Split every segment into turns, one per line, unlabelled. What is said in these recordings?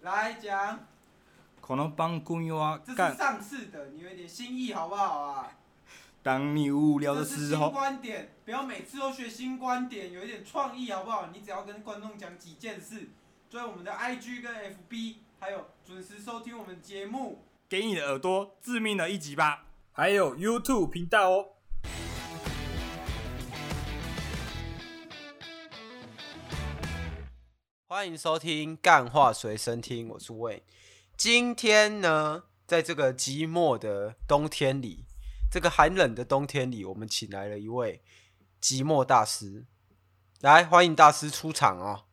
来讲，
可能帮公友啊
这是
干。
上次的，你有一点新意好不好啊？
当你无聊的
这是
时
新
候，
观点，不要每次都学新观点，有一点创意好不好？你只要跟观众讲几件事，追我们的 IG 跟 FB，还有准时收听我们节目。
给你的耳朵致命的一击吧。
还有 YouTube 频道哦。
欢迎收听《干话随身听》，我是魏。今天呢，在这个寂寞的冬天里，这个寒冷的冬天里，我们请来了一位寂寞大师，来欢迎大师出场哦。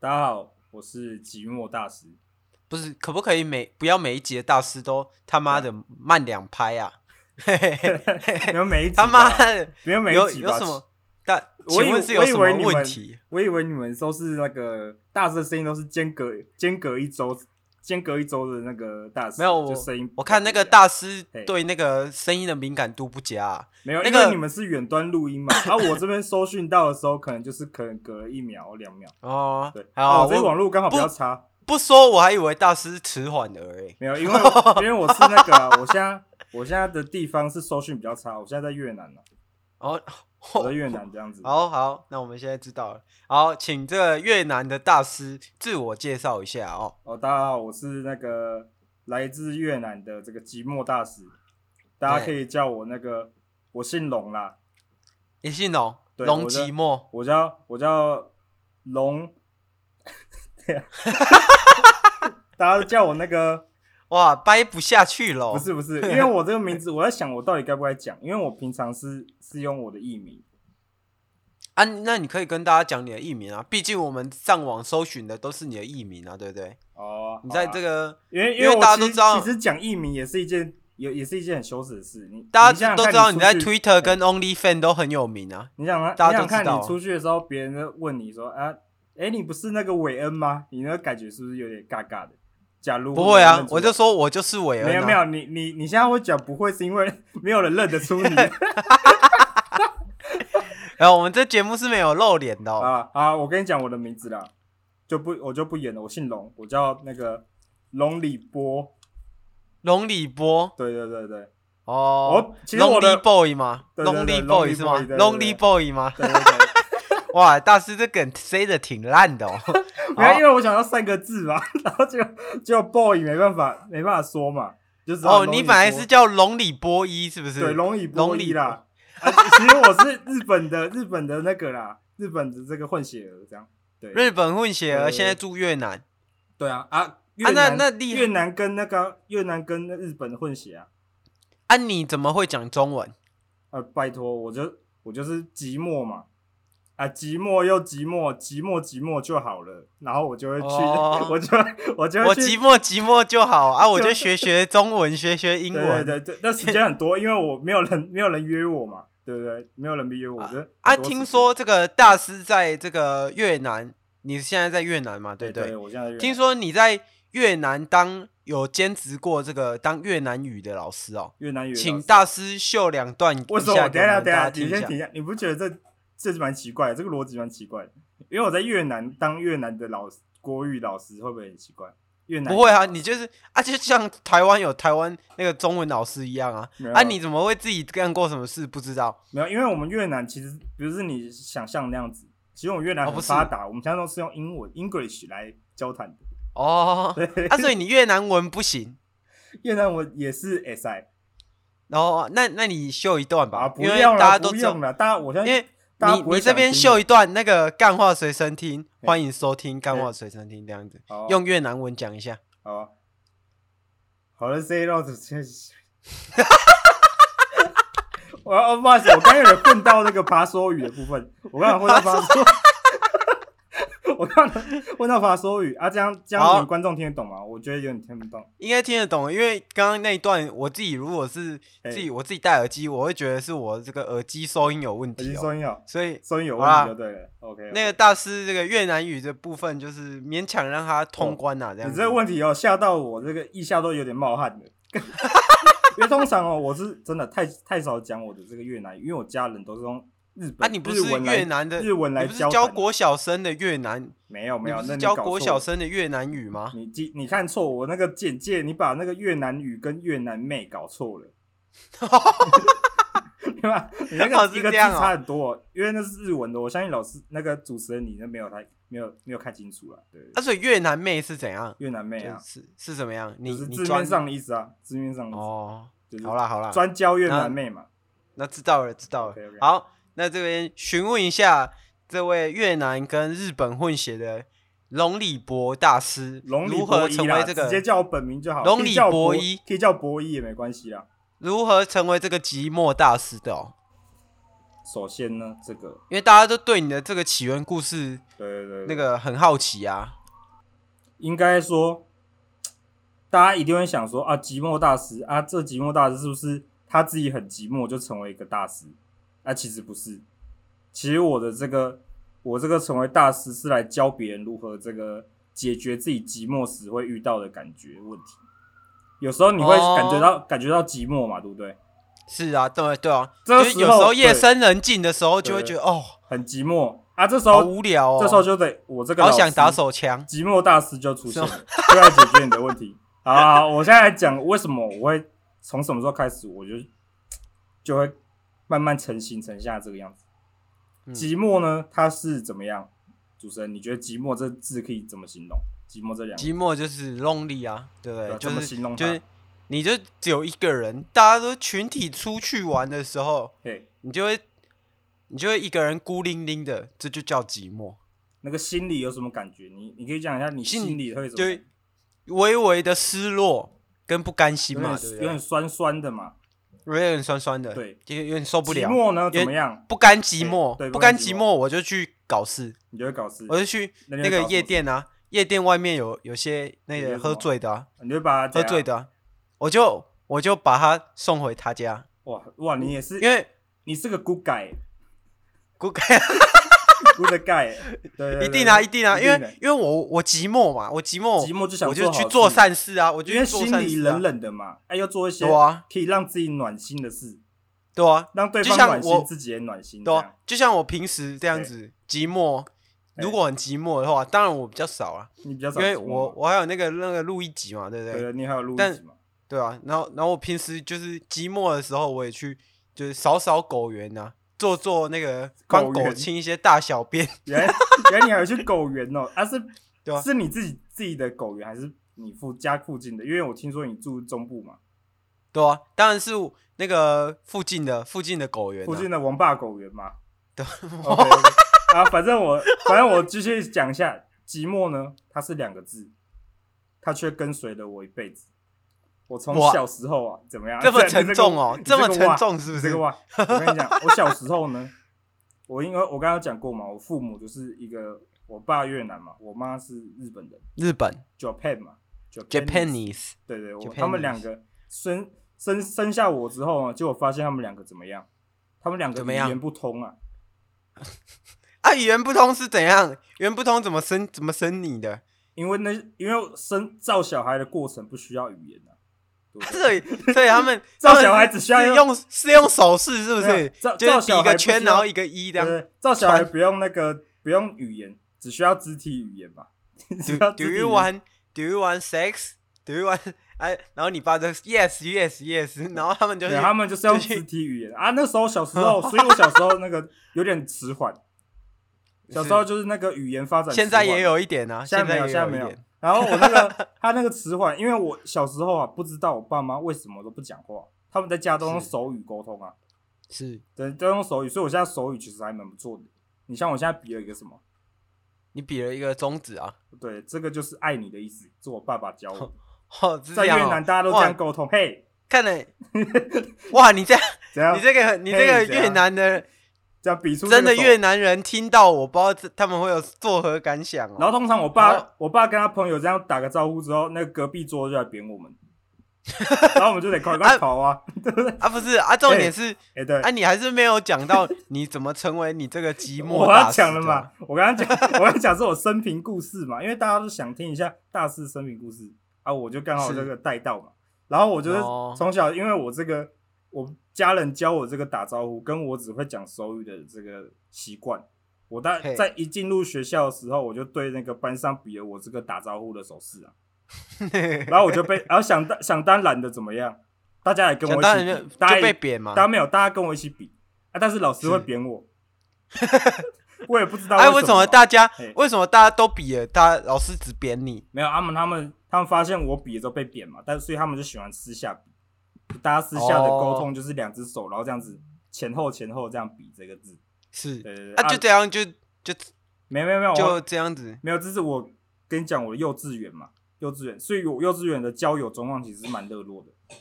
大家好，我是寂寞 大师。
不是，可不可以每不要每一集的大师都他妈的慢两拍啊？嘿嘿嘿
你们每一集吧
他妈的
你们每
有
一集
有
吧
什么？？但
我以
请问是有什么问？题？
我以为你们我以为你们都是那个大师的声音都是间隔间隔一周间隔一周的那个大师，
没有
就
我
声音。
我看那个大师
嘿
对那个声音的敏感度不佳啊、
没有，
那
因
个
为你们是远端录 音嘛，然后我这边搜讯到的时候，可能就是可能隔了一秒两秒。
哦
对，，
好，
哦、这
我
网络刚好比较
不
差。
不说我还以为大师迟缓了欸而已。
没有，因为我 因为我是那个啊、我现在我现在的地方是搜讯比较差，我现在在越南呢、啊
哦，
我在越南这样子。
好好，那我们现在知道了。好，请这个越南的大师自我介绍一下哦。
哦，大家好，我是那个来自越南的这个寂寞大使，大家可以叫我那个，我姓龙啦，
你姓龙，
对
龙
我的
寂寞，
我叫我叫龙， 对啊，大家都叫我那个，
哇，掰不下去了。哦
不是不是，因为我这个名字，我在想我到底该不该讲，因为我平常是是用我的艺名，
啊，那你可以跟大家讲你的艺名啊，毕竟我们上网搜寻的都是你的艺名啊，对不对？
哦，
你在
好啦
这个
因为
因
因
为
我
大家都
其
知道
其实讲艺名也是一件也也是一件很羞耻的事。你
大
你
家
想想
都
看
知道
你
你在
出去
Twitter 跟 OnlyFan 都很有名啊。
你想啊，
大
你
家都
想看
知道啊
你出去的时候，别人就问你说啊，哎，你不是那个韦恩吗？你那个感觉是不是有点尬尬的？假如
不会
没有人认
啊，
出来
我就说我就是韦恩、啊。
没有没有，你你你现在会讲不会，是因为 没有人认得出你
然后我们这节目是没有露脸的、哦。
啊啊！我跟你讲我的名字啦，就不我就不演了，我姓龙，我叫那个龙李波。
龙里波
对对对对
哦
我其实我的
Lonely Boy 吗
对对对
？Lonely Boy
Lonely
是吗
Boy，对对对
？Lonely Boy 吗？
对对对，
哇，大师这梗塞的挺烂 的哦。
没有，
好
因为我想要三个字嘛， 然后就就 boy 没办法没办法说嘛，就只
哦，
好啊龙
你
椅
本来
波
是叫龙里波一是不是？
对龙椅波
龙椅
一啦。啊其实我是日本的 日本的那个啦，日本的这个混血儿这样。对
日本混血儿，
呃
现在住越南。
对啊啊
啊
越
那
南
那厉害
越南跟那个越南跟日本混血啊
啊，你怎么会讲中文？
啊拜托我就我就是寂寞嘛啊寂寞又寂寞寂寞寂寞就好了，然后我就会去、
哦
我就我就
我
会去
寂寞寂寞就好啊，我就
就
学学中文，学学英文。
对对对，那时间很多，因为我没有人没有人约我嘛，对不对？没有人约我，这
啊，
很多时间
听说这个大师在这个越南，你现在在越南嘛？对
对
不对？
我现在约
听说你在越南当有兼职过这个当越南语的老师哦，
越南语，
请大师秀两段
为
一
什么？
下给我
等一下
们
等
大
一
家
下，
听
你
一
先
下
停。一下，你不觉得这这是蛮奇怪的，这个逻辑蛮奇怪的？因为我在越南当越南的老师，国语老师会不会很奇怪？越南
不会啊，你就是啊，就像台湾有台湾那个中文老师一样啊
没。有
啊，你怎么会自己干过什么事不知道？
没有，因为我们越南其实不是你想象那样子，其实我们越南
哦不
很
是
发达，我们现在都是用英文 English 来交谈的。
哦，
对，
啊，所以你越南文不行。
越南文也是 SI
然后，哦那那你秀一段吧，
啊，不
因为
用了，
大家都
不
知道
用了，大家我现在
因为
大家
你
不会
你这边
想听
秀一段那个干话随身听，
嘿
欢迎收听干话随身听这样子，
好啊
用越南文讲一下。
好啊，好了，say out，我我不好意思，我刚刚有点混到那个爬梭语的部分，我刚刚混到爬梭， 我刚刚混到爬梭语啊，这样这样
好
我们观众听得懂吗？我觉得有点听不懂。
应该听得懂，因为刚刚那一段我自己如果是
嘿
自己我自己戴耳机，我会觉得是我这个耳机收音有问
耳机
题哦、
收音有
所以
收音有
好
问
啦
题就对了。OK，
那个大师这个越南语的部分就是勉强让他通关啊，这样
哦你
子。
这个问题哦，吓到我这个一下都有点冒汗了。 因为通常哦，我是真的太太少讲我的这个越南语，因为我家人都是用日
啊，
本
你不是
日文来
越南的
日文来
你不是
教
教
的
国小生的越南？
没有没有，
你不
那
是
你
教
搞
国
错
小
了
生的越南语吗？
你记你看错我那个简介，你把那个越南语跟越南妹搞 错了，对吧？你那
哦
个
是
一个
这
字
样哦
差很多、因为那是日文的。我相信老师那个主持人你那没有太没有没有看清楚了。对，
啊，所以越南妹是怎样？
越南妹
就
啊，
是是怎么样？你
就是
你
字面
专
上的意思啊，字面上的意思。
哦，
就是
好啦好啦，
专教越南妹嘛。
那知道了知道了。
OK，OK
好，那这边询问一下这位越南跟日本混血的龙里博大师，
龙里
如
博
何
一
成
啦，
为这
直接
个
叫我本名就好。
龙
可以
里
叫我
博
博
一
可以叫博一也没关系啦。
如何成为这个寂寞大师的、哦？
首先呢，这个
因为大家都对你的这个起源故事
对对对，对
那个很好奇啊。
应该说，大家一定会想说啊，寂寞大师啊，这寂寞大师是不是他自己很寂寞就成为一个大师？啊，其实不是，其实我的这个我这个成为大师是来教别人如何这个解决自己寂寞时会遇到的感觉问题。有时候你会
哦
感觉到、感觉到寂寞嘛，对不对？
是啊，对对啊，
这个
就是
时
有
候
时候夜
对
深人静的时候，就会
对
觉得哦，
很寂寞啊，这时
好
候、
无聊哦，
这时候就得我这个
好
老
想
师
打手枪。
寂寞大师就出现了， 就来解决你的问题。好好，好啊我现在来讲为什么我会从什么时候开始，我就就会慢慢成型成下这个样子。
嗯
寂寞呢，它是怎么样？主持人，你觉得寂寞这字可以怎么形容？寂寞这两个字
寂寞就是 lonely 啊，对不
对
对？
啊
就
怎么
是
形容
就
它
是你就只有一个人，大家都群体出去玩的时候，
嘿，
你就会你就会一个人孤零零的，这就叫寂寞。
那个心里有什么感觉？你你可以讲一下你
心里
心里会怎
就
么
会微微的失落跟不甘心
有
嘛，
点
对不
有
对
点？酸酸的嘛？
有点酸酸的，
对，
就有点受不
寂
了。
寞呢
因为
怎么样？
不甘寂寞，
对对
不
不
甘
甘
寂
寂寞
寞，我就去搞事，
你就会搞事，
我就去
那
那
你会
个
搞什
夜
么
店啊，夜店外面有有些那
有些
个
什么
喝醉的、啊，
你就把它
喝
怎样
醉的啊、我就我就把他送回他家，
哇哇，你也是，
因为
你是个 good guy。
Good
good guy，对对 对
一定啊，一定啊，因
的
为因为我我寂寞嘛，我寂寞，
寂寞就想
哦我就去
做好
做
事
善事啊，我就
因为
去做
心
善
里
事、啊，
冷冷的嘛，哎，要做一些
对啊，
可以让自己暖心的事，
对啊，
让对
就
方
像
暖
我
心，自己也暖心，
对
这
啊
样，
就像我平时这样子寂寞，
对
如果很寂寞的话，当然我比较少啊，
你比较少
因
寂寞嘛，
为我我还有那个那个录一集嘛，对不对？
对，你还有录一
但
集嘛，
对啊，然后然后我平时就是寂寞的时候，我也去就是扫扫狗园呐、做做那个帮
狗
狗
园
清一些大小便。
原来 原来你还有去狗园哦，啊是
对啊
是你自己自己的狗园还是你附家附近的？因为我听说你住中部嘛，
对啊，当然是那个附近的附近的狗园、啊。
附近的王霸狗园嘛，
对
OK，啊，反正我反正我继续讲一下，寂寞呢，它是两个字，它却跟随了我一辈子。我从
哇
小时候啊，怎么样？
这么沉重哦
你
这
这
么
个
沉重是不是
你这个哇，我跟你讲，我小时候呢，我因为我刚刚讲过嘛，我父母就是一个，我爸越南嘛，我妈是日本人
日本
，Japan 嘛
Japanese
对对，我
Japanese
他们两个生生生下我之后呢，结果发现他们两个怎么样？他们两个
怎
语
么样
言不通啊，
啊，语言不通是怎样？语言不通怎么生怎么生你的？
因为那因为生造小孩的过程不需要语言啊，对不
所
对？
以所以他们
造
他们
小孩只需要
是
用
用是用手势 是不
没有
是
造？
就
造
是比
啊小
一个
孩不需要
圈，然后一个一这
对
样。
对对造小孩
传
不用那个不用语言，只需要肢体语言吧？ 只
Do
要
Do
肢体
you
语言
want Do you want sex? Do you want 哎，然后你爸就 Yes Yes Yes，然后 他们就
对
是
他们就是用
就去
肢体语言啊。那时候小 时候，所以我小时候那个有点迟缓，小时候就是那个语言发展，
现在也。有一点啊，
现在没
在
有，
也
现在
一
没有
点。。
然后我那个他那个迟缓，因为我小时候啊，不知道我爸妈为什么都不讲话，他们在家都用
是
手语沟通啊。
是
对，都用手语，所以我现在手语其实还蛮不错的。你像我现在比了一个什么？
你比了一个中指啊，
对，这个就是爱你的意思，是我爸爸教我。
哦，是这
在越
样哦
南大家都这样沟通，嘿，
看 来，哇，你这样，
怎样
你？这个你这个
嘿怎样
越南的
这样比出这个
真的
手
越。南人听到我，不知道这他们会有作何感想
然
哦。
后通常我
然后
爸，我爸跟他朋友这样打个招呼之后，那个隔壁桌就来 扁我们，然后我们就得快快跑啊！
啊，不是啊，重点是
哎，对
啊，，你还是没有讲到你怎么成为你这个寂寞
我
大
要
师的
讲了 嘛，我刚刚讲，我刚刚讲是我生平故事嘛，因为大家都想听一下大师生平故事啊，我就刚好
是
这个带到嘛。然后我就是
哦
从小，因为我这个我家人教我这个打招呼，跟我只会讲手语的这个习惯，我大
嘿
在一进入学校的时候，我就对那个班上比了我这个打招呼的手势啊，然后我就 被，然后想当想当然的怎么样，大家也跟我
想当
一
然
起
就
比，大
就
家也
被贬嘛
大。家没有，大家跟我一起比啊，但是老师会
啊是
贬 我，我也不知道
哎，
为
为
什
什么大家
嘿
为什么大家都比了，大家老师只贬你？
没有，他们他们他们发现我比的时候被贬嘛，但所以他们就喜欢私下比，大家私下的沟
哦
通就是两只手，然后这样子前后前后这样比这个字。
是
对对对，
啊，就这样就就
没有没有没有，
就
我
这样子。
没有，这是我跟你讲我的幼稚园嘛，幼稚园，所以我幼稚园的交友状况其实是蛮热络的。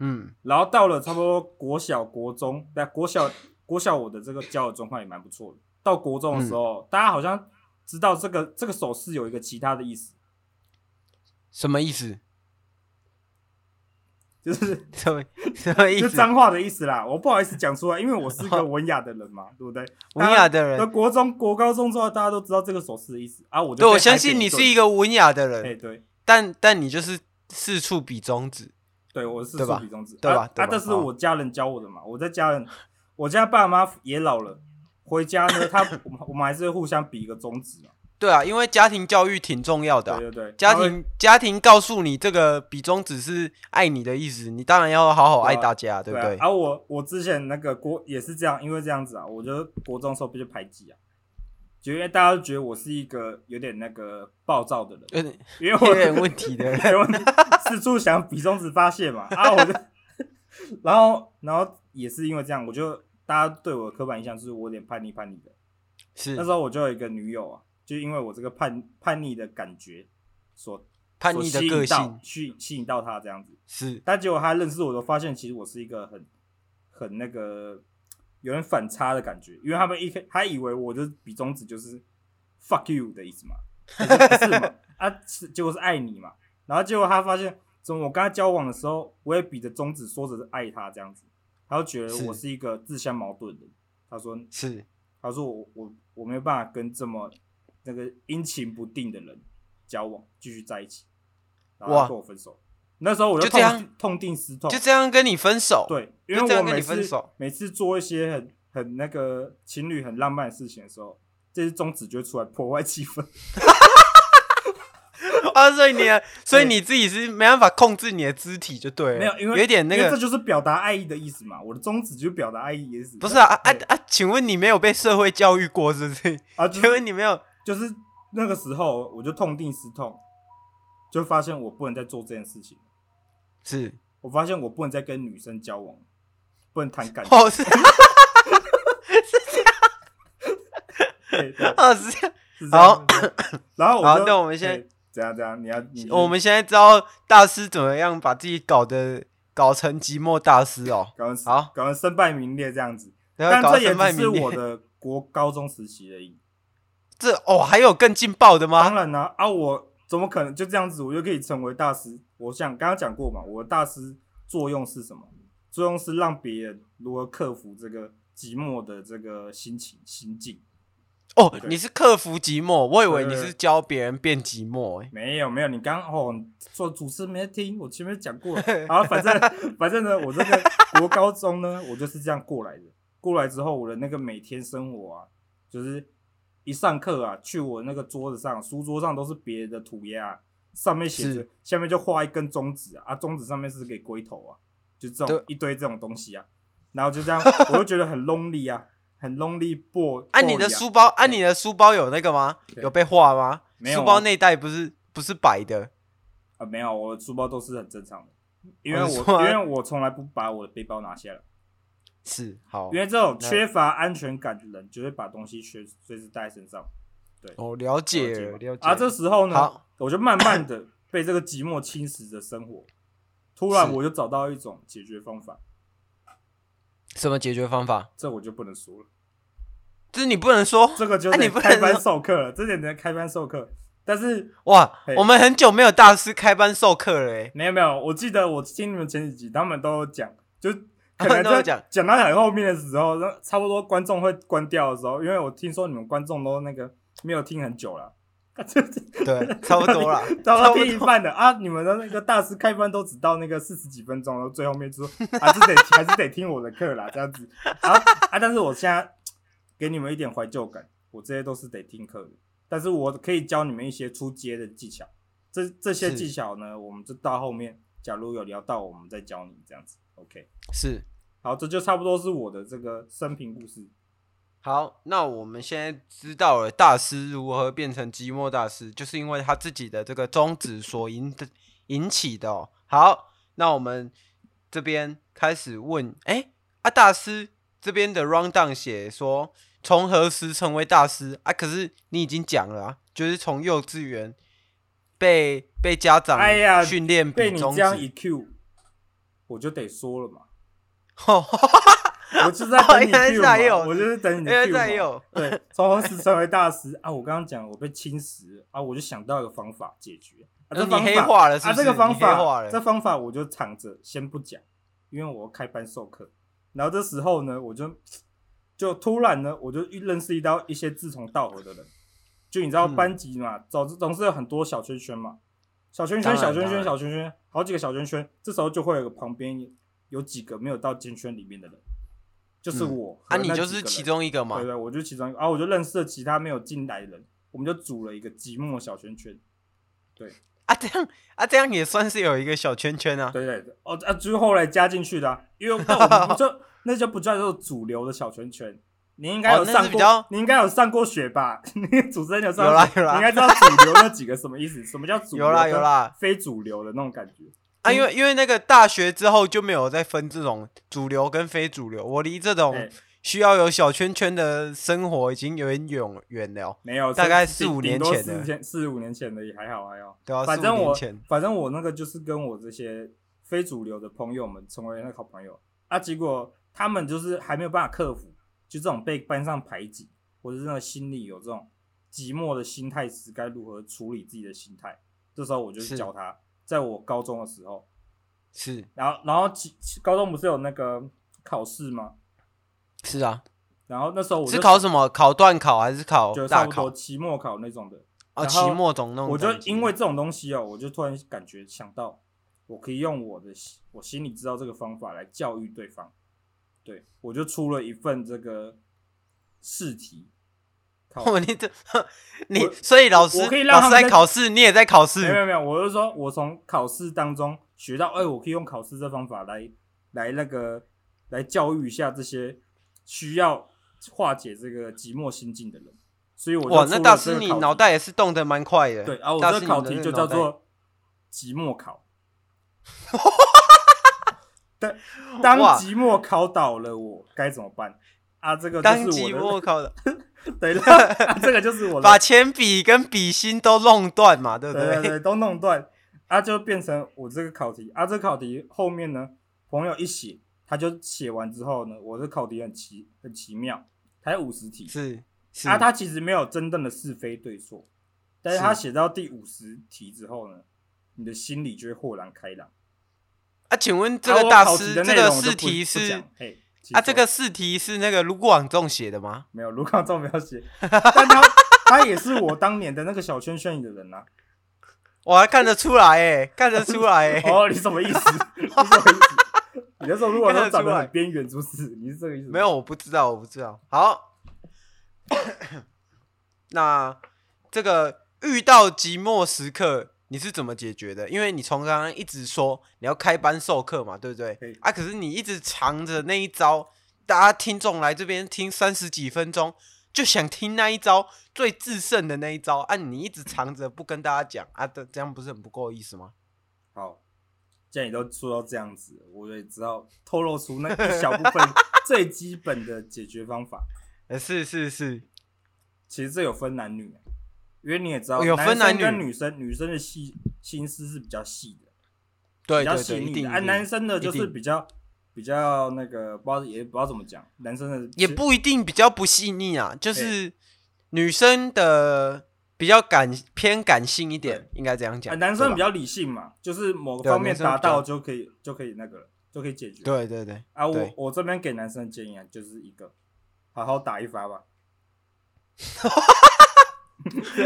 嗯，
然后到了差不多国小、国中，对啊，国小、国小我的这个交友状况也蛮不错的。到国中
嗯
的时候，大家好像知道这个这个手势有一个其他的意思，
什么意思？
就是
什么什么意
就
思？
脏话的意思啦。我不好意思讲出来，因为我是个文雅的人嘛，对不对？
文雅的人
那国中、国高中之后，大家都知道这个手势的意思啊。我就
对，我
被
相
海
信
扁
你
一顿
是一个文雅的
哎，
人，
对
但但你就是四处比中指。
对，我是
对吧
竖比中指，
对吧
啊
对吧
啊，这是我家人教我的嘛。我在家人，我家爸妈也老了，回家呢，他我们我们还是会互相比一个中指嘛。
对啊，因为家庭教育挺重要的啊、
对对对，
家
他会
庭家庭告诉你这个比中指是爱你的意思，你当然要好好爱大家，对不对？
对啊，啊我我之前那个国也是这样，因为这样子啊，我觉得国中的时候被排挤啊，就因为大家都觉得我是一个有点那个暴 躁的人，
有点
因为
有
啊 我
点问题的人，
因为我四处想比中指发泄嘛，啊，我就，然后然后也是因为这样，我就大家对我的刻板印象就是我有点叛逆叛逆的。
是
那时候我就有一个女友啊，就因为我这个叛叛逆的感觉所
叛逆的
所吸
个
引到
性，
去吸引到她这样子。
是
但结果他认识我，都发现其实我是一个很很那个有点反差的感觉，因为他们一开他以为我就是比中指就是 fuck you 的意思嘛，可是不是嘛？啊，是结果是爱你嘛，然后结果他发现，怎么我跟他交往的时候，我也比着中指说着是爱他这样子，他就觉得我
是
是一个自相矛盾的人。他说，
是，
他说我我我没有办法跟这么那个阴晴不定的人交往，继续在一起，然后
哇
他跟我分手。那时候我
就这
痛
样
痛定思痛，
就这样跟你分手，
对，因
就这
为我
样跟
每
你分
次
手
每次做一些很很那个情侣很浪漫的事情的时候，这只中指就会出来破坏气氛。
啊，所以你的所以你自己是没办法控制你的肢体就对了，
没有，因为
有一点那
因为
个
这就是表达爱意的意思嘛。我的中指就是表达爱意的意思。
不是啊啊啊
对
啊！请问你没有被社会教育过是不是？
啊，
请
就是
问你没有？
就是那个时候我就痛定思痛，就发现我不能再做这件事情。
是
我发现我不能再跟女生交往，不能谈感情。
哦是
对对
哦是这样。
是这样是这样然后我
好
就
那我们先
对怎样怎样？你要你
哦我们现在知道大师怎么样把自己搞得搞成寂寞大师哦，
搞成
好
搞成身败名裂这样子，
然后
但
搞
这
得
也
身败
只是
名裂。
我的国高中时期而已。
这哦，还有更劲爆的
当
吗？
然啦、啊，我怎么可能就这样子我就可以成为大师？我想刚刚讲过嘛，我的大师作用是什么？作用是让别人如何克服这个寂寞的这个心情心境。
哦，
对
你是克服寂寞，我以为你
对
是教别人变寂寞、欸。
没有没有，你刚哦做主持没听，我前面讲 过了。好，反正反正呢，我这个国高中呢，我就是这样过来的。过来之后，我的那个每天生活啊，就是一上课啊，去我那个桌子上，书桌上都是别人的涂鸦啊、上面写着
是，
下面就画一根中指啊，啊中指上面是给龟头啊，就这种
对
一堆这种东西啊，然后就这样，我就觉得很 lonely 啊，很 lonely boy。啊
按、啊你的书包，按、你的书包有那个吗？
对
有被画吗？
没有啊
书包内袋不是不是白的，
啊，没有，我的书包都是很正常的，因为
哦
我
你说啊
因为我从来不把我的背包拿下来，
是好
因。为这种缺乏安全感的人就会把东西随随时带在身上。
哦，了解
了
了，
解
了
吗
解。
啊，这时候呢
好，
我就慢慢的被这个寂寞侵蚀着生活，突然
是
我就找到一种解决方法，
什么解决方法？
这我就不能说了，
这你不能说
这个就
啊你
得
不能
开班
说
授课了，这点得开班授课。但是
哇
嘿！
我们很久没有大师开班授课了、欸，
没有没有，我记得我听你们前几集，他们都有讲，就可
他们
能
都有
在
讲
讲到很后面的时候，那差不多观众会关掉的时候，因为我听说你们观众都那个没有听很久了，
对， 差不多啦，
到
差
到
不
第一
多。
半的啊，你们的那个大师开班都只到那个四十几分钟，然后最后面就说还是得还是得听我的课啦，这样子啊啊！但是我现在给你们一点怀旧感，我这些都是得听课的，但是我可以教你们一些出街的技巧，这这些
是
技巧呢，我们就到后面假如有聊到，我们再教你这样子，OK？
是，
好，这就差不多是我的这个生平故事。
好，那我们现在知道了大师如何变成寂寞大师，就是因为他自己的这个宗旨所引的引起的、哦。好，那我们这边开始问，哎、啊，大师这边的 round down 写说从何时成为大师啊？可是你已经讲了啊，就是从幼稚园被被家长
哎呀
训练
被
比
你
中
这
指，
样一 Q，我就得说了嘛。
吼
我就是在等
哦原
你
来是
Q 嘛
还有
我就是 等你的
原来
Q
是还哎有
嘛。对，从何时成为大师啊？我刚刚讲我被侵蚀了啊，我就想到一个方法解决。啊、这
你
方法
黑化了是不
啊，
是
这个方
你黑化
法，
了
这方法我就躺着先不讲，因为我开班授课。然后这时候呢，我就就突然呢，我就遇认识到一些志同道合的人。就你知道
嗯
班级嘛，总是总是有很多小圈圈嘛，小圈
当然
圈、小圈
当
圈、
然
小圈圈，好几个小圈圈。这时候就会有个旁边有几个没有到尖圈里面的人，就是
嗯
我和
啊，
那几
你
个人、
就是其中一个嘛
对，对，我就其中一个，啊，我就认识了其他没有进来的人，我们就组了一个寂寞小圈圈。
啊，这样啊，这样也算是有一个小圈圈啊。
对对对，哦啊，就是后来加进去的啊、因为那我们不就 那就不叫做主流的小圈圈。你应该
哦
有
那
上
是比
过，
较
你应该有上过学吧？ 你主持人有上
有
过
啦
学
有啦
你应该知道主流那几个什么意思？什么叫主流？
有啦有啦，
非主流的那种感觉。
啊，
嗯
因为因为那个大学之后就没有再分这种主流跟非主流，我离这种
对，
需要有小圈圈的生活已经有点远远了，
没有，
大概
是
四五年
顶顶多
前的
四千四五年前的也还好还好。
对吧、啊？
反
四五
正
年
我
前，
反正我那个就是跟我这些非主流的朋友们成为那个好朋友啊，结果他们就是还没有办法克服，就这种被班上排挤，或者是那个心里有这种寂寞的心态时，该如何处理自己的心态？这时候我就是是教他，在我高中的时候，
是
然后然后其高中不是有那个考试吗？
是啊，
然后那时候我就是
考什么？考段考还是考
就差
大
不多
考？
期末考那种的，
哦，
然
期
后
末总弄。
我就因为这种东西哦，我就突然感觉想到，我可以用我的心我心里知道这个方法来教育对方。对我就出了一份这个试题，考
我你这 你
我，
所以老师
我可以让
老
他
师
们
在
在
考试，你也在考试
没有没有没有，我是说我从考试当中学到，哎，我可以用考试这方法来来那个来教育一下这些需要化解这个寂寞心境的人。所以我就
哇！
出
那
了
大
这
师
个
你
考
脑
题
袋也是动得蛮快的。
对啊，我
大
这
师
个
你
考
的
题
那
就
个
叫
脑袋
做期 末考。当当
哇
期末考倒了我该怎么办？啊，这个 就
当
是
期
我
末考的，
的，对， 啊这个就是我的
把，铅笔跟笔芯都弄断嘛，对不
对对对，都弄断，啊，就变成我这个考题，啊，这个考题后面呢，朋友一写，他就写完之后呢，我的考题很奇很奇妙，才五十题，
是是
啊，他其实没有真正的是非对错，但是
是
他写到第五十题之后呢，你的心里就会豁然开朗。
啊，请问这
啊
个
我
大
考
师
题的
这
内
个
容我就
试
不
题
不
是
讲嘿请
啊，
说
这个试题是那个卢广仲写的吗？
没有卢广仲没有写，但他他也是我当年的那个小圈圈里的 人啊。
哇，看得出来哎，看得出来哎，
哦，你什么意思？你什么意思？你那时候如 果
看
说
得
长
出
得
来
很边缘，是不是？你是这个意思？
没，有，我不知道，我不知道。好，那这个遇到寂寞时刻你是怎么解决的？因为你从刚刚一直说你要开班授课嘛，对不对
对？
啊，可是你一直藏着那一招，大家听众来这边听三十几分钟，就想听那一招最制胜的那一招啊！你一直藏着不跟大家讲啊，这这样不是很不够意思吗？
好，既然你都说到这样子，我也知道透露出那一小部分 最基本的解决方法。
呃，是是是，
其实这有分男女、啊因为你也知道，
哦有分男
男
女
生跟女生，女生的细心思是比较细的，
对
比较
对
细
对，一
腻
定
的。啊，
一
男
定
生的就
一
是
定
比较比较那个，不知道也不知道怎么讲，男生的啊
也
是
不一定比较不细腻啊，就是女生的比较感偏感性一点，应该这样
啊，
讲。
男生比
较
较理性嘛，就是某
对
个方面
男生比
达
较
到就可以就可以那个了，就可以解决。
对对 对，
啊，我
对
我这边给男生的建议啊，就是一个好好打一发吧。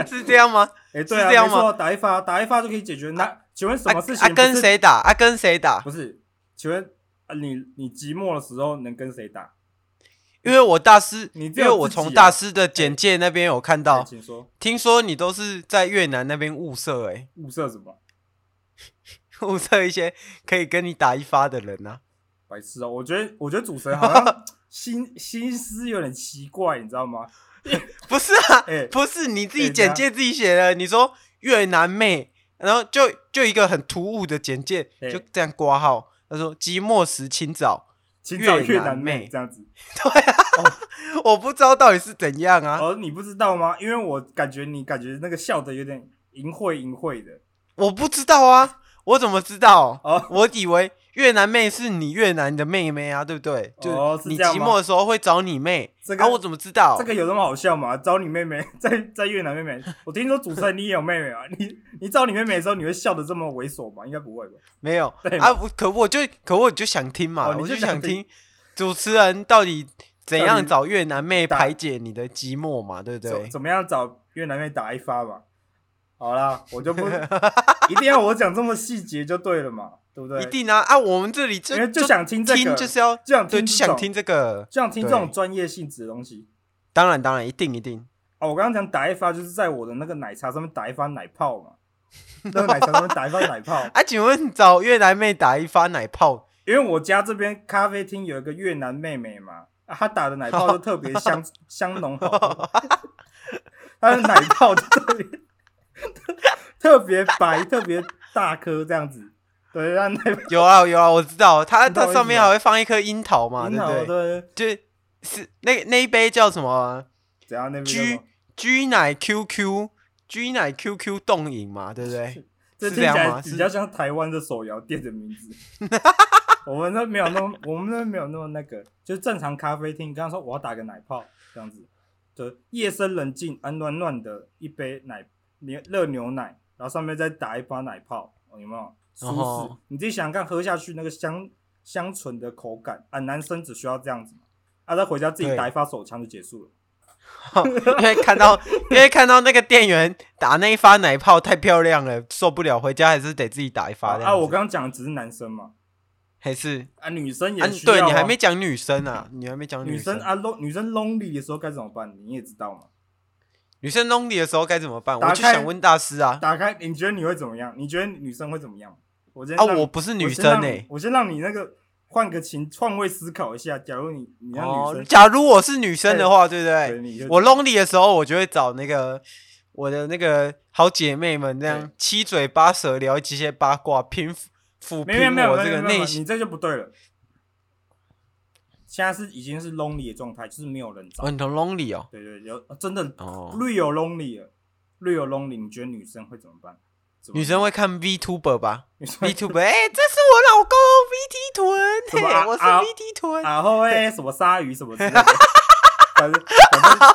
是这样吗？
哎、对啊，
是这样
没
吗
错，打一发，打一发就可以解决。那、请 问什么事情
啊
不是？
跟谁打？啊跟谁打
不？是，请问啊，你你寂寞的时候能跟谁打？
因为我大师，
你
因
只有
为我
自
从
己啊
大师的简介那边有看
哎
到，
请说
听说你都是在越南那边物色、欸，
物色什么？
物色一些可以跟你打一发的人啊。
白痴哦、我觉得我觉得主持人 好像心心思有点奇怪，你知道吗？
不是啊，
哎
不是你自己
哎等一
简
下
介自己写的，你说越南妹，然后就就一个很突兀的简介，
哎
就这样挂号。他说即墨时清早，
请找
越
越
南
南
妹
妹这样子。
我不知道到底是怎样啊。
哦，你不知道吗？因为我感觉你感觉那个笑的有点淫秽淫秽的。
我不知道啊，我怎么知道？
哦
我以为越南妹是你越南的妹妹啊，对不对？就
哦是
你
这样
寂
吗
寞的时候会找你妹，
这
啊，
个
我怎么知道？
这个有那么好笑吗？找你妹妹，在在越南妹妹，我听说主持人你也有妹妹啊，你你找你妹妹的时候，你会笑的这么猥琐吗？应该不会吧？
没有
对
啊，我可我就可我就想听嘛，
哦你
我
就
想
想听
听主持人到底怎
到
样
底
找越南妹
打
排解你的寂寞嘛，对不对
怎？怎么样找越南妹打一发吧？好啦，我就 不一定要我讲这么细节就对了嘛，对不对？
一定啊啊，我们这里就
因为就想听这个
听就是要
就想
对，
听
就
这
想
种，
听这个，
就想听这种
对
专业性质的东西。
当然当然一定一定，
哦，我刚刚讲打一发就是在我的那个奶茶上面打一发奶 泡嘛，那个奶茶上面打一发奶泡。
啊，请问找越南妹打一发奶 泡，
因为我家这边咖啡厅有一个越南妹妹嘛，啊、她打的奶泡就特别香 香浓好喝，她的奶泡就特别特别白，特别大颗这样子。对，她奶泡
有啊有啊，我知道，它
你知道
它
我意
上
思
面
吗
还会放一颗樱桃嘛，对
樱
不
桃
对？
的
就是那那一杯叫什么啊
怎样那边叫什
？G
么
G 奶 QQ G 奶 QQ 冻饮嘛，对不对？
这
是
听
这
起
样吗
来比较像台湾的手摇店的名 字。我们那没有那么，我们那没有那么那个，就正常咖啡厅。刚刚说我要打个奶泡这样子，对，夜深人静，啊，暖暖的一杯奶牛热牛奶，然后上面再打一把奶泡，哦、有没有舒适？
哦
你自己想想看，喝下去那个香香醇的口感啊，男生只需要这样子嘛，啊，再回家自己
对
打一发手枪就结束了。
因为看到因为看到那个店员打那一发奶泡太漂亮了，受不了，回家还是得自己打一发
啊
这样子。
啊，我刚刚讲的只是男生嘛，
还是
啊，女生
啊，
也
你
需要、
对你还没。讲女生啊， 你还没讲
女
生
生啊，lon 女生 lonely 的时候该怎么办？你也知道嘛。
女生 lonely 的时候该怎么办？
打
我
开
就想问大师啊
打开，你觉得你会怎么样？你觉得女生会怎么样？我先
啊，
让
我不是女
我
生
先
欸
让
呢、
你我先让你那个换个情换位思考一下。假如你你让
哦
女，生，
假如我是女生的话，对不
对
对？
你就
我 lonely 的时候，我就会找那个我的那个好姐妹们，这样
对
七嘴八舌聊一些八卦，平抚抚
没有
平
没有
我
没
这
有
个
没有，
内心。
你这就不对了。现在是已经是 lonely 的状态，就是没有人找
哦，。你同 lonely 哦，
对对，有真的
哦，
real lonely 了，real lonely，你觉得女生会怎么办？怎么
女生会看 VTuber 吧
女生
？VTuber，哎、这是我老公 VT
什
臀，
么
嘿、
啊
我是
啊
VT 臀，
然后哎，什么鲨鱼什么之类的，反正反正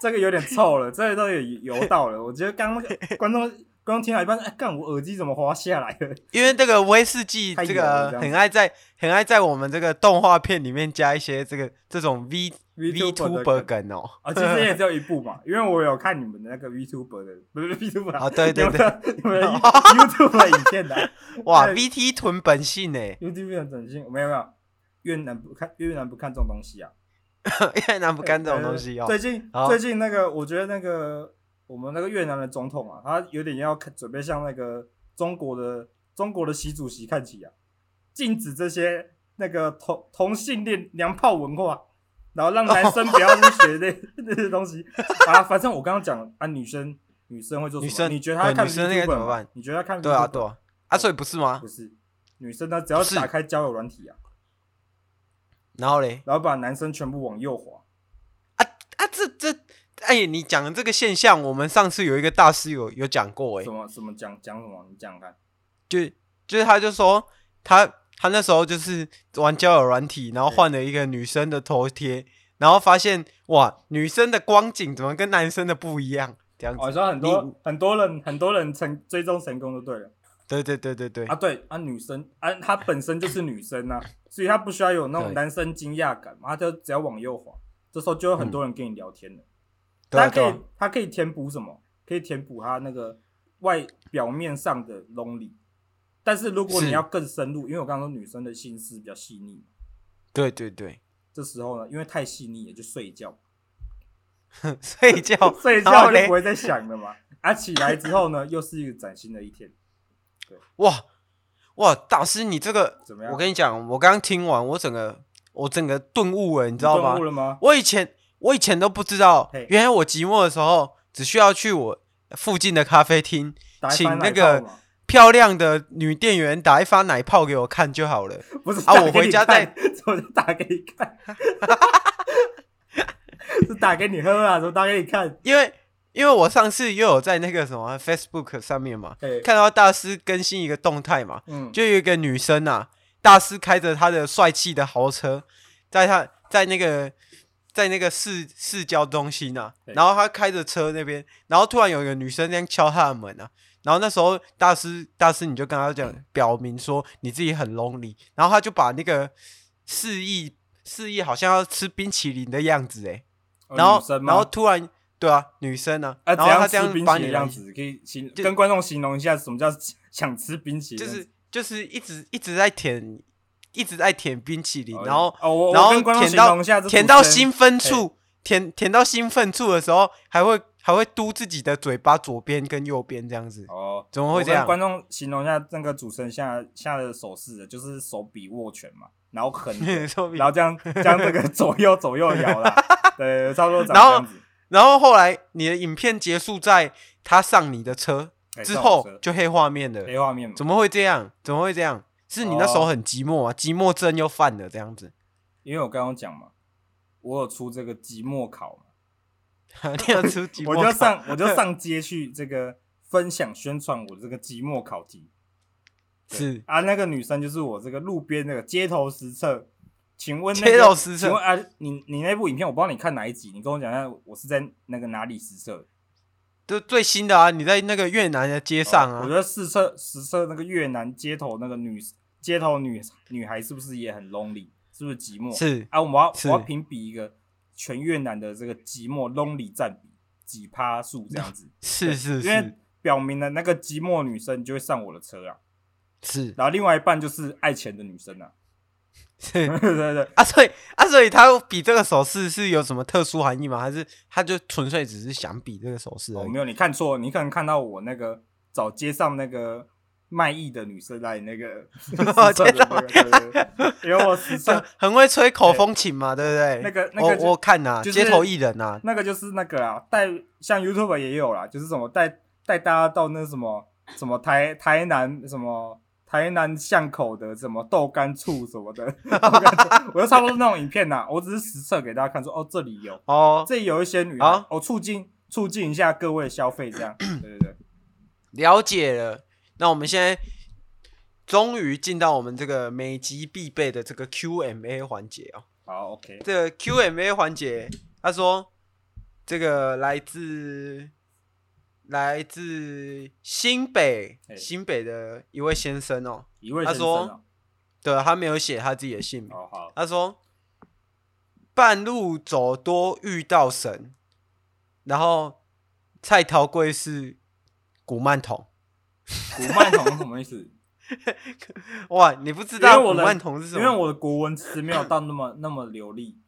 这个有点臭了，这个都有油到了。我觉得刚那个观众观众听到一半，哎，干我耳机怎么滑下来了？
因为这个威士忌
太
这
油了
个
这样
很爱在很爱在我们这个动画片里面加一些这个这种 V
VTuber 的
VTuber 梗哦。
啊，其 实也只有一部嘛，因为我有看你们的那个 VTuber 的，不是 VTuber
啊对对对
对，你们的 YouTube 的影片的
哇
对
，VT 臀本性呢？
YouTube 的整形，没有没有，越南不看越南不看这种东西啊，
越南不干这种东西哦。
最近
好
最近那个，我觉得那个我们那个越南的总统啊，他有点要看准备向那个中国的中国的习主席看齐啊，禁止这些那个同同性恋娘炮文化，然后让男生不要去学那 那些东西啊。反正我刚刚讲啊，女生女生会做什么？
女生
你觉得她
对
看
女生那个
VTuber
怎么
吗
办
你觉得她看
对啊，
VTuber
对啊，啊，所以不是吗
不？是女生呢，只要
不是
打开交友软体啊，
然后嘞，
然后把男生全部往右滑。
啊，这这，哎，你讲的这个现象，我们上次有一个大师有有讲过，哎
什，么什么讲讲什么？你讲讲看。
就就是他就说他他那时候就是玩交友软体，然后换了一个女生的头贴，然后发现哇，女生的光景怎么跟男生的不一样？这样
哦，
子，
你说很
你
多很多人很多人成追踪成功就对了
对对对对对
啊，，对啊，女生啊，她本身就是女生呐、所以她不需要有那种
对
男生惊讶感嘛，她就只要往右滑，这时候就有很多人跟你聊天了。
对啊嗯
她
对
可
啊
以，她可以填补什么？可以填补他那个外表面上的 lonely。但是如果
是
你要更深入，因为我刚刚说女生的心思比较细腻，
对对对，
这时候呢，因为太细腻也就睡觉，
睡觉
睡
然后
觉就
嘞
不会再想了嘛。啊，起来之后呢，又是一个崭新的一天。
哇哇，大师你这个
怎么样
我跟你讲，我刚刚听完，我整个我整个顿悟了，你
你
知道吗
顿悟？了吗？
我以前我以前都不知道
嘿，
原来我寂寞的时候只需要去我附近的咖啡厅，
打一
请
番
那
奶
个
泡嘛
漂亮的女店员打一发奶泡给我看就好了。
不是
啊
打
我
给
回
你
家
看 我就打给你看， 是打给你喝啊，怎么打给你看？
因为因为我上次又有在那个什么 Facebook 上面嘛，
哎，
看到大师更新一个动态嘛，
嗯，
就有一个女生啊，大师开着他的帅气的豪车，在他在那个在那个市市郊中心啊，
对
然后他开着车那边，然后突然有一个女生这样敲他的门啊，然后那时候大师大师你就跟他讲，
嗯
表明说你自己很 lonely，然后他就把那个示意示意好像要吃冰淇淋的样子诶、
哦
然后
女生吗
然后突然对啊，女生啊，
啊，
然后他
怎
这
样吃
样
冰淇
把
淋
你
的
的
样子，可以形
就
跟观众形容一下什么叫 想吃冰淇淋
就
的样
是
子？
就是一直一直在舔，一直在舔冰淇淋，
哦
然后
哦，我
然
我
后
跟观众
舔
形
到
容一下这
舔
主
到
持人
兴奋处，舔舔到兴奋处的时候，还会还会嘟自己的嘴巴左边跟右边这样子，
哦。
怎么
我
会这
跟
样？
观众形容一下那个主持人下下的手势，就是手比握拳嘛，然后 横着，
说明
然后这样这样这个 左右左右摇 啦，对，差不多
然
长这
后
样子。
然后后来你的影片结束在他上你的车
哎
之
上我
后
车，
就黑画面了，
黑画面嘛，
怎么会这样？怎么会这样？是你那时候
哦
很寂寞啊，寂寞症又犯了这样子。
因为我刚刚讲嘛，我有出这个寂寞考嘛，
你有出寂寞
我就
卡
上 我就上街去这个分享宣传我这个寂寞考题。对
是
啊，那个女生就是我这个路边那个街头实测。请问、那个、
街头实测
请问啊，你你那部影片我不知道你看哪一集，你跟我讲一下，我是在那个哪里实测的？
就最新的啊，你在那个越南的街上啊，
哦我觉得实测实测那个越南街头那个女街头女女孩是不是也很 lonely？是不是寂寞？
是
啊，我们要
是
我要评比一个全越南的这个寂寞 lonely 占比几趴数这样子，
是 是
因为
是
表明了那个寂寞女生就会上我的车啊，
是
然后另外一半就是爱钱的女生啊，
是
对对对，
啊，所以啊，所以他比这个手势是有什么特殊含义吗？还是他就纯粹只是想比这个手势
哦
而已？
没有你看错，你可能看到我那个找街上那个。卖艺的女生来 那个 实测的那个，对对对，因为我实测
这很会吹口风琴嘛，对不对？
那个那个就
我我看呐、
就是
街头艺人啊呐、
那个就是那个啦，带像 YouTube 也有啦，就是什么带带大家到那什么什么台台南什么台南巷口的什么豆干处什么的， 豆干处我就差不多那种影片啦，我只是实测给大家看说哦这里有，
哦，
这里有一些女孩
好，
哦促进促进一下各位的消费这样， 对对对，
了解了。那我们现在终于进到我们这个每集必备的这个 Q&A 环节哦。
好 OK，
这个 Q&A 环节，他说这个来自来自新北
嘿
新北的一位先生哦，
一位
他
先生
说
哦，
对啊他没有写他自己的姓名，
好好，
他说半路走多遇到神，然后菜桃贵是古曼童，
古曼童是什么意思？
哇，你不知
因为
道
我
古
的
曼 童是什
因为
么？
我的国文词没有到那么那么流利，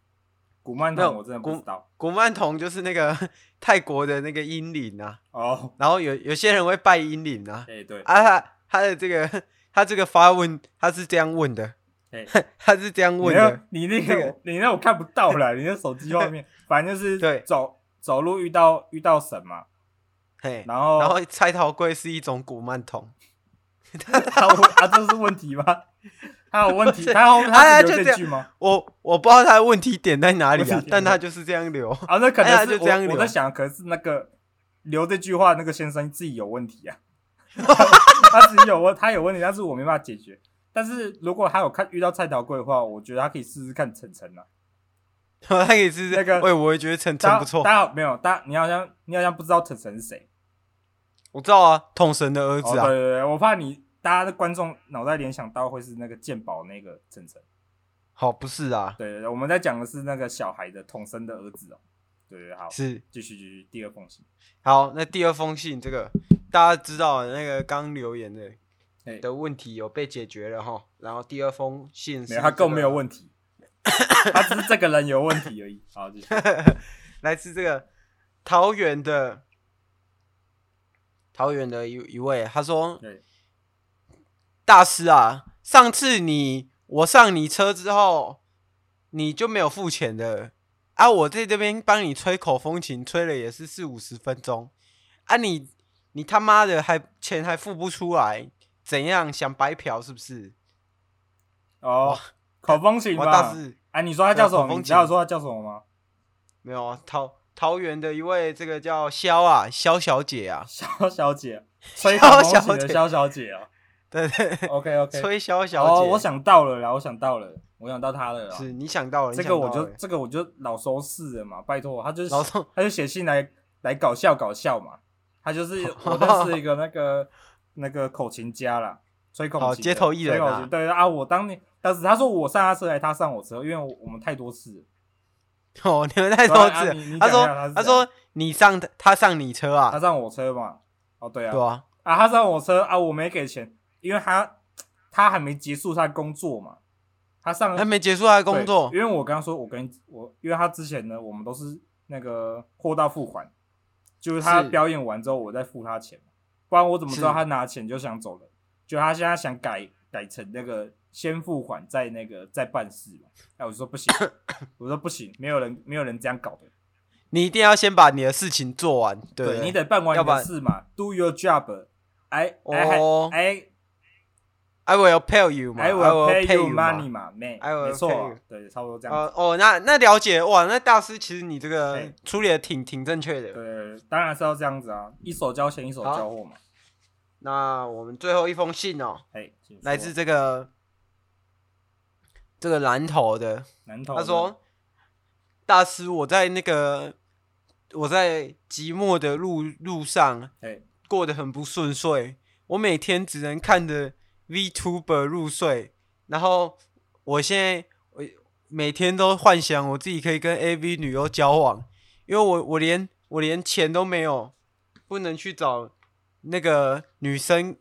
古曼
没有
童我真的不知道
古曼童就是那个 泰国的那个阴灵啊，
哦，
然后有有些人会拜阴灵啊，
哎对，
啊，他他的这个他这个发问，他是这样问的，
哎。
他是这样
你
问
那
的，，
你那
这
个
个，
你那我看不到了，你那手机画面，反正就是
对
走走路遇到遇到神嘛，
嘿，
然后
然后菜桃龟是一种古曼童，
他问啊，这是问题吗？他有 问题，他后
哎
他只
就这
留这
样
句吗？
我我不知道他的问题点在哪里
问
啊
题，点
但
在
他就是这样留，
啊，那可
哎呀
能是
就这样
我我
留
在想，可能是那个留这句话那个先生自己有问题 啊，他自己有问，他有问题，但是我没办法解决。但是如果他有看遇到菜桃贵的话，我觉得他可以试试看晨晨啊。
他可以是
那个
喂，我也觉得陈陈
大
不错，
大家好没有，大家你好像你好像不知道晨晨是谁。
我知道啊，统神的儿
哦，
子
对
啊，
对对，我怕你大家的观众脑袋联想到会是那个鉴宝那个晨晨。
好不是啊，
对对对，我们在讲的是那个小孩的童生的儿子哦。对对，好，
是
继续继续第二封信。
好，那第二封信，这个大家知道啊那个刚留言的
哎
的问题有被解决了哈。然后第二封信是、
没有，他更没有，问题，他只是这个人有问题而已。好，继续。
来自这个桃园的桃园的一一位，他说
对，
大师啊，上次你我上你车之后，你就没有付钱的啊！我在这边帮你吹口风琴，吹了也是四五十分钟啊你！你他妈的还钱还付不出来，怎样想白嫖是不是？
哦，口风琴
我
吧
大。师
哎，你说他叫什
对
么
口风琴
名字？你知道说他叫什么吗？
没有啊，桃桃园的一位这个叫肖啊，肖小姐啊，
肖 小姐，吹口风琴的肖小姐啊。
对对对
OK OK。
崔肖小姐，
哦，我想到了啦，我想到了，我想到他了啦。
是你想到了，
啊这
你
个
想
我
到
就
了
这个我就老熟识了嘛，拜托，他就是
老宋
他就写信来来搞笑搞笑嘛，他就是 我认识一个那个那个口琴家啦，吹口琴
哦
的
街头艺人啊
吹口琴对啊，我当年当时他说我上他车还是他上我车，因为我我们太多次了，
哦，你们太多
对啊
次了
啊你你。
他
讲
说
一下他是：“
他
怎样
说你上他上你车
他
啊，
上我车嘛，哦对啊，
对啊，
啊他上我车啊，我没给钱，因为他他还没结束他的工作嘛，他上
还没结束他的工作
对因为我刚刚说，我跟我，因为他之前呢，我们都是那个货到付款，就是他
是
表演完之后，我再付他钱，不然我怎么知道
是
他拿钱就想走人？就他现在想改改成那个先付款再那个再办事嘛？哎，我说不行， 我说不行，没有人没有人这样搞的，
你一定要先把你的事情做完，对不
对
对
你得办完
要
你
不
的
然
事嘛，do your 哎 job，I I
哦
I
I will pay you 嘛
哎 I will
pay
pay you
嘛
money 嘛，没
I will
没错
pay
啊
you，
对，差不多这样子。
呃哦，那那了解哇，那大师其实你这个
哎
处理的挺挺正确的。
对，当然是要这样子啊，一手交钱一手
好
交货嘛。
那我们最后一封信哦，
哎，请说
来自这个这个蓝头的，
南投的，
他说：“大师，我在那个我在寂寞的路路上
哎，
过得很不顺遂，我每天只能看着 VTuber 入睡，然后我现在我每天都幻想我自己可以跟 AV 女优交往，因为我我连我连钱都没有，不能去找那个女生，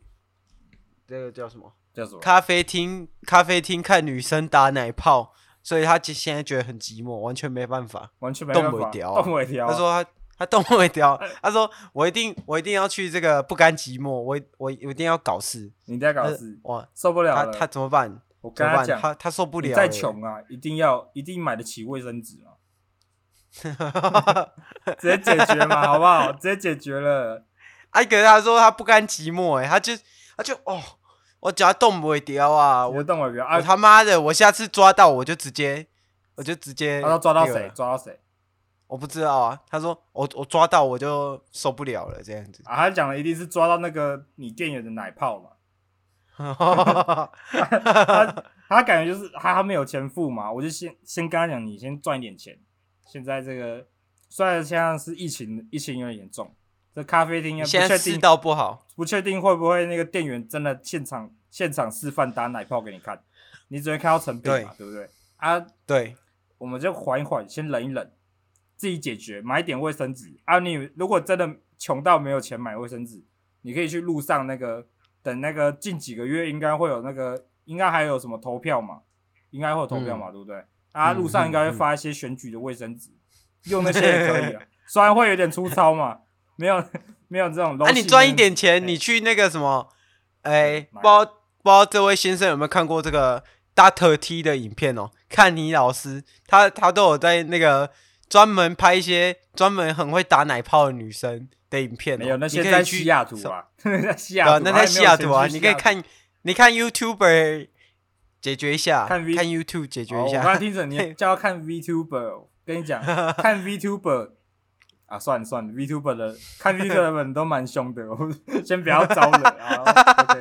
那个叫什么？”
叫什么？
咖啡厅咖啡厅看女生打奶泡，所以他其现在觉得很寂寞，完全没办法。
完全没办
动
法，
不掉啊
动尾条。
他，说他他动不掉，他说我一定我一定要去这个不甘寂寞，我我我一定要搞事。
你在搞
他
事，
哇，
受不了
他
了。
呃他怎么办？
我
怎
啊跟
么办？
讲，
他他受不了
你
了。
再穷啊，一定要一定买得起卫 生纸嘛，直接解 决嘛，好不好？直接解决了。
艾格他说他不甘寂寞、欸，他就他就哦，我只要动不掉啊，
我
我
动尾条
我
啊，
他妈的，我下次抓到我就直接我就直接
他要抓到
那个
谁？抓到谁？
我不知道啊。他说我我抓到我就受不了了这样子。
啊，他讲的一定是抓到那个你店员的奶泡嘛。他他感觉就是他他没有钱付嘛，我就先先跟他讲，你先赚一点钱。现在这个虽然现在是疫情，疫情有点严重，这咖啡 厅也不
现在
确
世
定
道不好，
不确定会不会那个店员真的现场现场示范打奶泡给你看，你只会看到成品嘛，对不对？啊，
对，
我们就缓一缓，先忍一忍，自己解决，买一点卫生纸啊。你如果真的穷到没有钱买卫生纸，你可以去路上那个等那个近几个月应该会有那个，应该还有什么投票嘛，应该会有投票嘛，对不对？啊，
嗯
路上应该会发一些选举的卫生纸，用那些也可 以啊，虽然会有点粗糙嘛，没有没有这种。
啊那、你赚一点钱，
哎
你去那个什么，哎、不
哪
知道不知道这位先生有没有看过这个 Doctor T 的影片哦？看你老师，他他都有在那个专门拍一些专门很会打奶泡的女生的影片、哦，
没有那些
你可以
在
去
西雅图
搜，
啊，在西
对
雅
啊
图，
那
还
在
没有
西雅图啊，
钱
你
去西
可以
雅图
看你看 YouTuber 解决一下，
看
看
V-
YouTube 解决
哦
一
我刚才
下，
听 着你叫他看 VTuber，跟你讲，看 VTuber 啊，算了算了，VTuber 的看 VTuber 的人都蛮凶的，我 们先不要招惹啊。OK，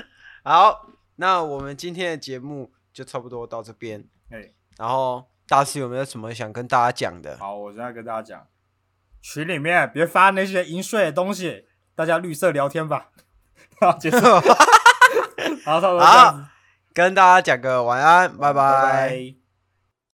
好，那我们今天的节目就差不多到这边。
哎，
然后大师有没有什么想跟大家讲的？
好，我现在跟大家讲，群里面别发那些淫秽的东西，大家绿色聊天吧。 好，结束。好，差不多这样子。
跟大家讲个晚安，拜拜
拜拜